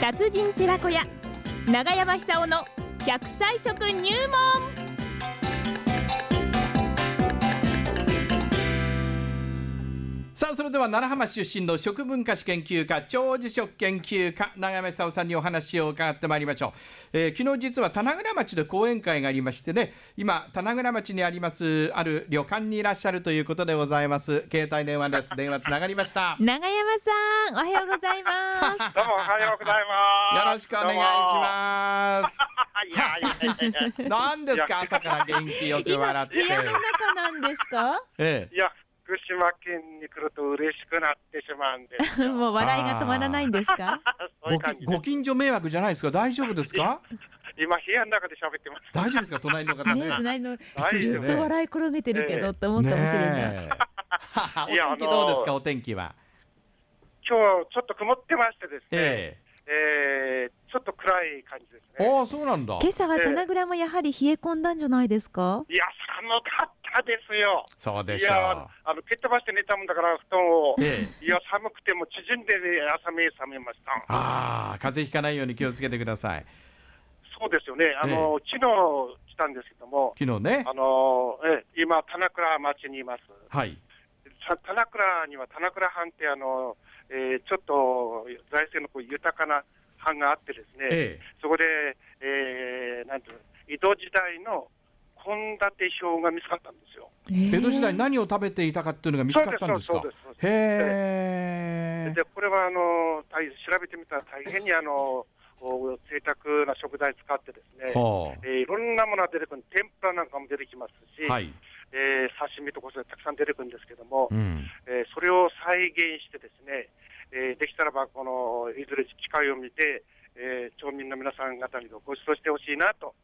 達人寺子屋長山久夫の100歳食入門さあそれでは奈良浜市出身の食文化史研究家長寿食研究家長山久夫さんにお話を伺ってまいりましょう、えー昨日実は棚倉町で講演会がありましてね今棚倉町にありますある旅館にいらっしゃるということでございます携帯電話です電話つながりま した長山さんおはようございますどうもおはようございまよろす。しくお願いしますどうも。いやいやいやいや。何ですか朝から元気 よく笑今って部屋の中なんです かえいや、福島県に来ると嬉しくなってしまうんで すよ。もう笑いが止まらないんですかそういう感えじごでご近所迷惑じゃないですか大丈夫ですか今、部屋の中で喋ってます。大丈夫ですか隣の方ねね隣の大びっくりしずたっ丈夫ねと笑い転げてるけどって思ったかもしれない、ねえお いや天気どうですあかのお天気は今日ちょっと曇ってましてですね、ええーちょっと暗い感じですえね。ああそうなんだ今朝は棚倉もやはり冷え込んだんじゃないですかいや、寒かったですよ。そうでいしょやう、あの蹴っ飛ばして寝たもんだから、布団を。ええいや、寒くても縮んで、ね、朝目覚めました。ああ風邪ひかないように気をつけてくださいそうですよね。あの、昨日来たんですけども、昨日ねあの、ええ今、田中町にいます。はいさ田名倉には田名倉藩ってあの、えーちょっと財政のこう豊かな藩があってですね、ええそこで、えーなんていうの江戸時代の献立表が見つかったんですよ。江江戸時代何を食べていたかっていうのが見つかったんですそうかです、そうです。へえで、これはあの大調べてみたら大変にあのお贅沢な食材使ってですね、はえーいろんなものが出てくる、天ぷらなんかも出てきますし、あはいえー刺身とかそういうのたくさん出てくるんですけども、うんえーそれを再現してですね、えーできたらばこのいずれ機会を見て、えー町民の皆さん方にご馳走してほしいなと、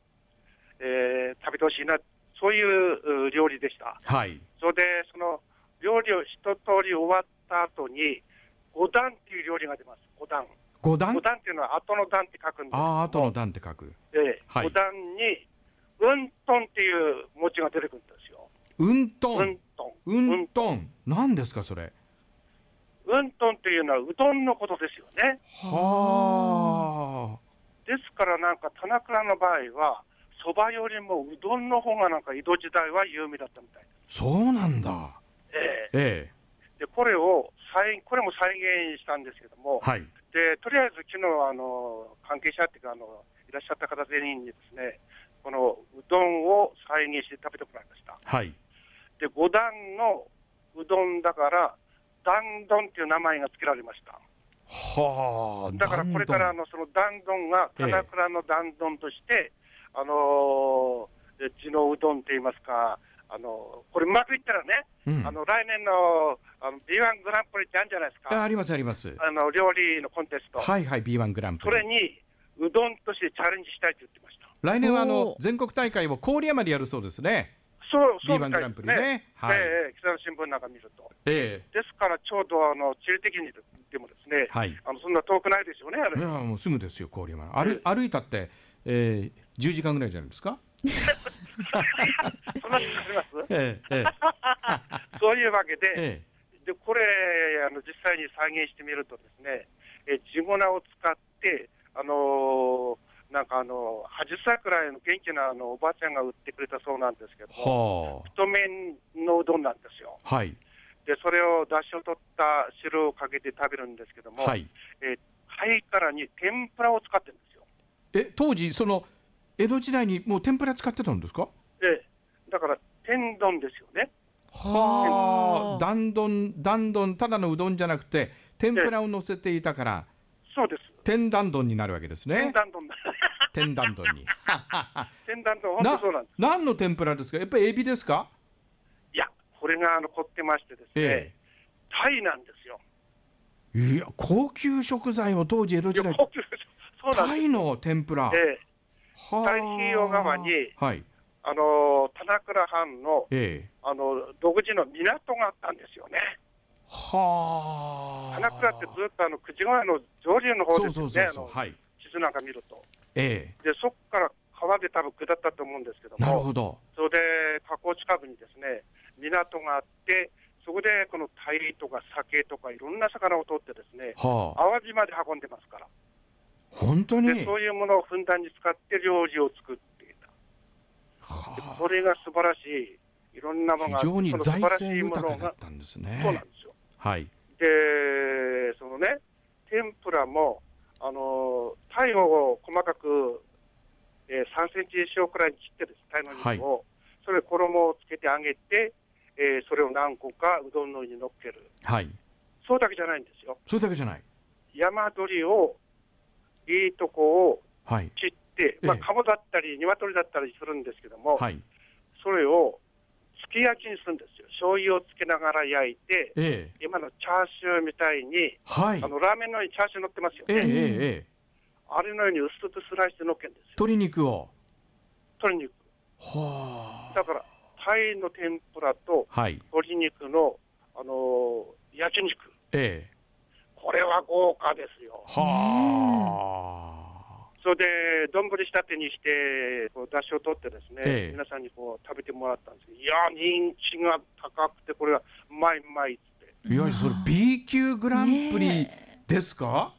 えー食べてほしいなそういうう料理でしたはいそれでその料理を一通り終わった後に五段っていう料理が出ます五段五段五段っていうのは後の段って書くんですけどああも後の段って書くえーはい五段にうんとんっていう文字が出てくるんですようんとうんんとんうんとん何ですかそれうんとんっていうのはうどんのことですよねはあですからなんか田中の場合はそばよりもうどんの方がなんか江戸時代は有名だったみたいそうなんだです、ええええでこれを再これも再現したんですけども、はいでとりあえず昨日あの関係者っていうかあのいらっしゃった方全員にですねこのうどんを再現して食べてもらいましたはいで五段のうどんだから段丼っていう名前が付けられましたはあだからこれからあのその段丼が、ええ棚倉の段丼として、あのー、地のうどんといいますか、あのーこれ、うまくいったらね、うんあの来年のあの B1 グランプリってあるんじゃないですあか、あありますありますの料理のコンテスト、はいはい B1 グランプそリれにうどんとしてチャレンジしたいと言ってました。来年はあおーの全国大会を郡山でやるそうですねそうそう B1 みグたラいンでプすリね。ねはいええええ北の新聞なんか見ると。えですから、ちょうどあの地理的にでもですねえ、はいいあのそんな遠くないですよね、あれやもうすぐですよ郡山歩歩いたってええ10時間ぐらいじゃないですかそんなにかかりますえええそういうわけで、ええでこれあの、実際に再現してみるとですね、え地粉を使って、あのーなんかあのー、80歳くらいの元気なあのおばあちゃんが売ってくれたそうなんですけどえも、は太麺のうどんなんですよ。あはいで、それを出汁を取った汁をかけて食べるんですけども、はい貝殻に天ぷらを使ってるんですよ。え当時その江戸時代にもう天ぷら使ってたんですかで、だから天丼ですよね。ははああ段丼段丼ただのうどんじゃなくて天ぷらを乗せていたからそうです。天段丼になるわけです天ね丼丼だ。天段丼に天丼丼、本な当そうなんです。何の天ぷらですかやっぱりエビですかいや、これがあの凝ってましてですね、えタイなんですよ。えいや高級食材を当時江戸いや時代高級そうなんタですイの天ぷら、ええはあ太平洋側にはいあの田名倉藩のええあの独自の港があったんですよね。はあ田名倉ってずっとあの久慈川の上流の方そうですそようね、そうそう、あのはい地図なんか見ると。えで、そこから川で多分下ったと思うんですけどえなるも、ほどそれで河口近くにですね港があって、そこでこのタイとか酒とかいろんな魚を取ってですね、はあ淡路まで運んでますから。は本当にでそういうものをふんだんに使って料理を作っていた。はあそれが素晴らしい。いろんなものが、非常にその素財晴らし政いも豊かのだがっ、たんですそうなねん。ですよ。はい。で、そのね、天ぷらも、あの、タイを細かく、えー3センチ以上くらいに切ってです、タイの肉を、それ衣をつけて揚げて、えーそれを何個かうどんの上に乗っける。はい。そうだけじゃないんですよ。それだけじゃない。山鶏を、いいとこをはい。切って、まあ、ええ鴨だったり、鶏だったりするんですけども、はい。それをすき焼きにするんですよ。醤油をつけながら焼いて、ええ。今のチャーシューみたいに、はいあ。のラーメンの上にチャーシュー乗ってますよええええね。ええ。あれのように薄くスライスで乗っけるんですよ。鶏肉を。鶏肉。はだから、タイの天ぷらとあ。はい。鶏肉の、あのー焼き肉。ええ。これは豪華ですよ。はあ。それで、丼仕立てにして、こう出汁を取ってですね、ええ皆さんにこう食べてもらったんですけど、いやー、人気が高くて、これはうまいうまいっつって。いわゆるそれ B 級グランプリねですか、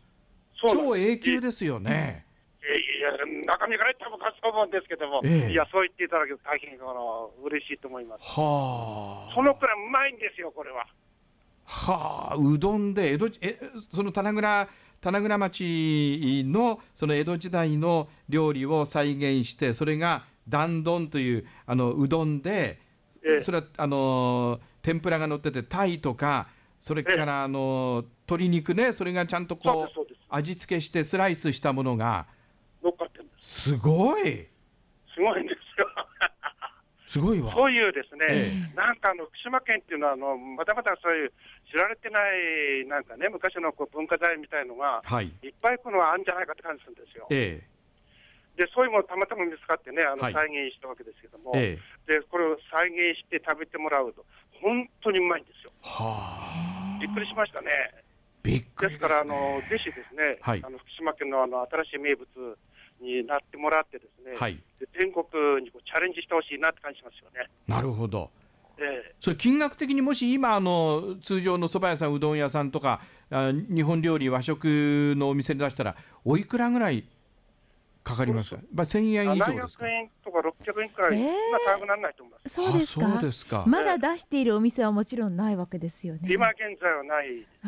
そうなんです超 A 級ですよね。いや、中身から言ったら僕はそう思うんですけども、ええいや、そう言っていただけると大変あの嬉しいと思います。はあ。そのくらいうまいんですよ、これは。はあ、うどんで江戸えその棚倉棚倉町のその江戸時代の料理を再現してそれが段丼というあのうどんで、ええそれはあの天ぷらが乗っててタイとかそれから、あの鶏肉ねそれがちゃんとそうこです、うそうです。味付けしてスライスしたものが乗っかってるんです。すごいすごい んですよ。すごいわ。そういうですえね、なんかあの、福島県っていうのはあの、まだまだそういう知られてない、なんかね、昔のこう文化財みたいのが、はい、いっぱいこのあるんじゃないかって感じするんですよ。えで、そういうものたまたま見つかってね、あのはい再現したわけですけども、えええで、これを再現して食べてもらうと、本当にうまいんですよ。はあ、びっくりしましたね。びっくでりですす、ね、から、あのぜひですね、はいあの福島県のあの新しい名物になってもらって、ですね、はい、で全国にこうチャレンジしてほしいなって感じしますよね。なるほど。ええそれ金額的にもし今あの通常の蕎麦屋さんうどん屋さんとかあ日本料理和食のお店で出したらおいくらぐらいかかりますか、まあ、1000円以上ですか700円とか600円くらい、ええ今、高くならないと思います。そうですあかそうですか、まだ出しているお店はもちろんないわけですよね。今現在はない、あ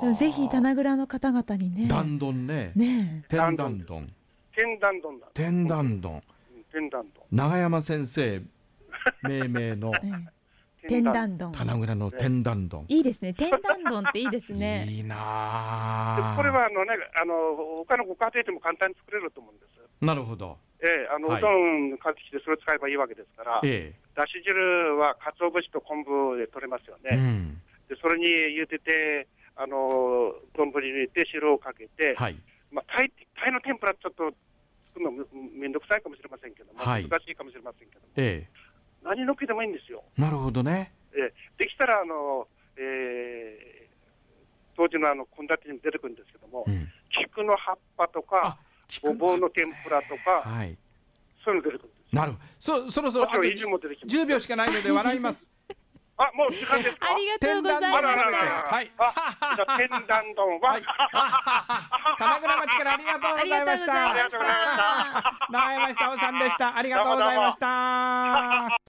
ーあでもぜひ棚倉の方々にね。段丼ねねえ天壇丼天壇丼だ。天壇丼うん天壇丼。長山先生命 名のええ天壇丼。棚倉の天壇丼いいですね。天壇丼っていいですね。いいでなあこれはあの、ね、あの他のご家庭でも簡単に作れると思うんです。なるほどええあのはいうどん買ってきて、それ使えばいいわけですから、えだし汁は鰹節と昆布で取れますよね。え、うんでそれに茹でて、あの丼に入れて、汁をかけて、はいまあ、タイタイの天ぷら、ちょっと作るのむめんどくさいかもしれませんけども、はい難しいかもしれませんけども、え何のっけでもいいんですよ。えなるほどねえーできたらあの、えー当時のあの献立にも出てくるんですけどもう、ん菊の葉っぱとか、ごぼうの天ぷらとか、はいそういうの出てくるんですよ。なるほどそそろそもろあちとろん、いじも出てきます。 10秒しかないので笑います。あ、もう時間ですかありがとうございまあらあらしあらた。はい。あじゃあ、天壇丼は、はい。玉倉町からありがとうございました。ありがとうございました長山久夫さんでした。ありがとうございました。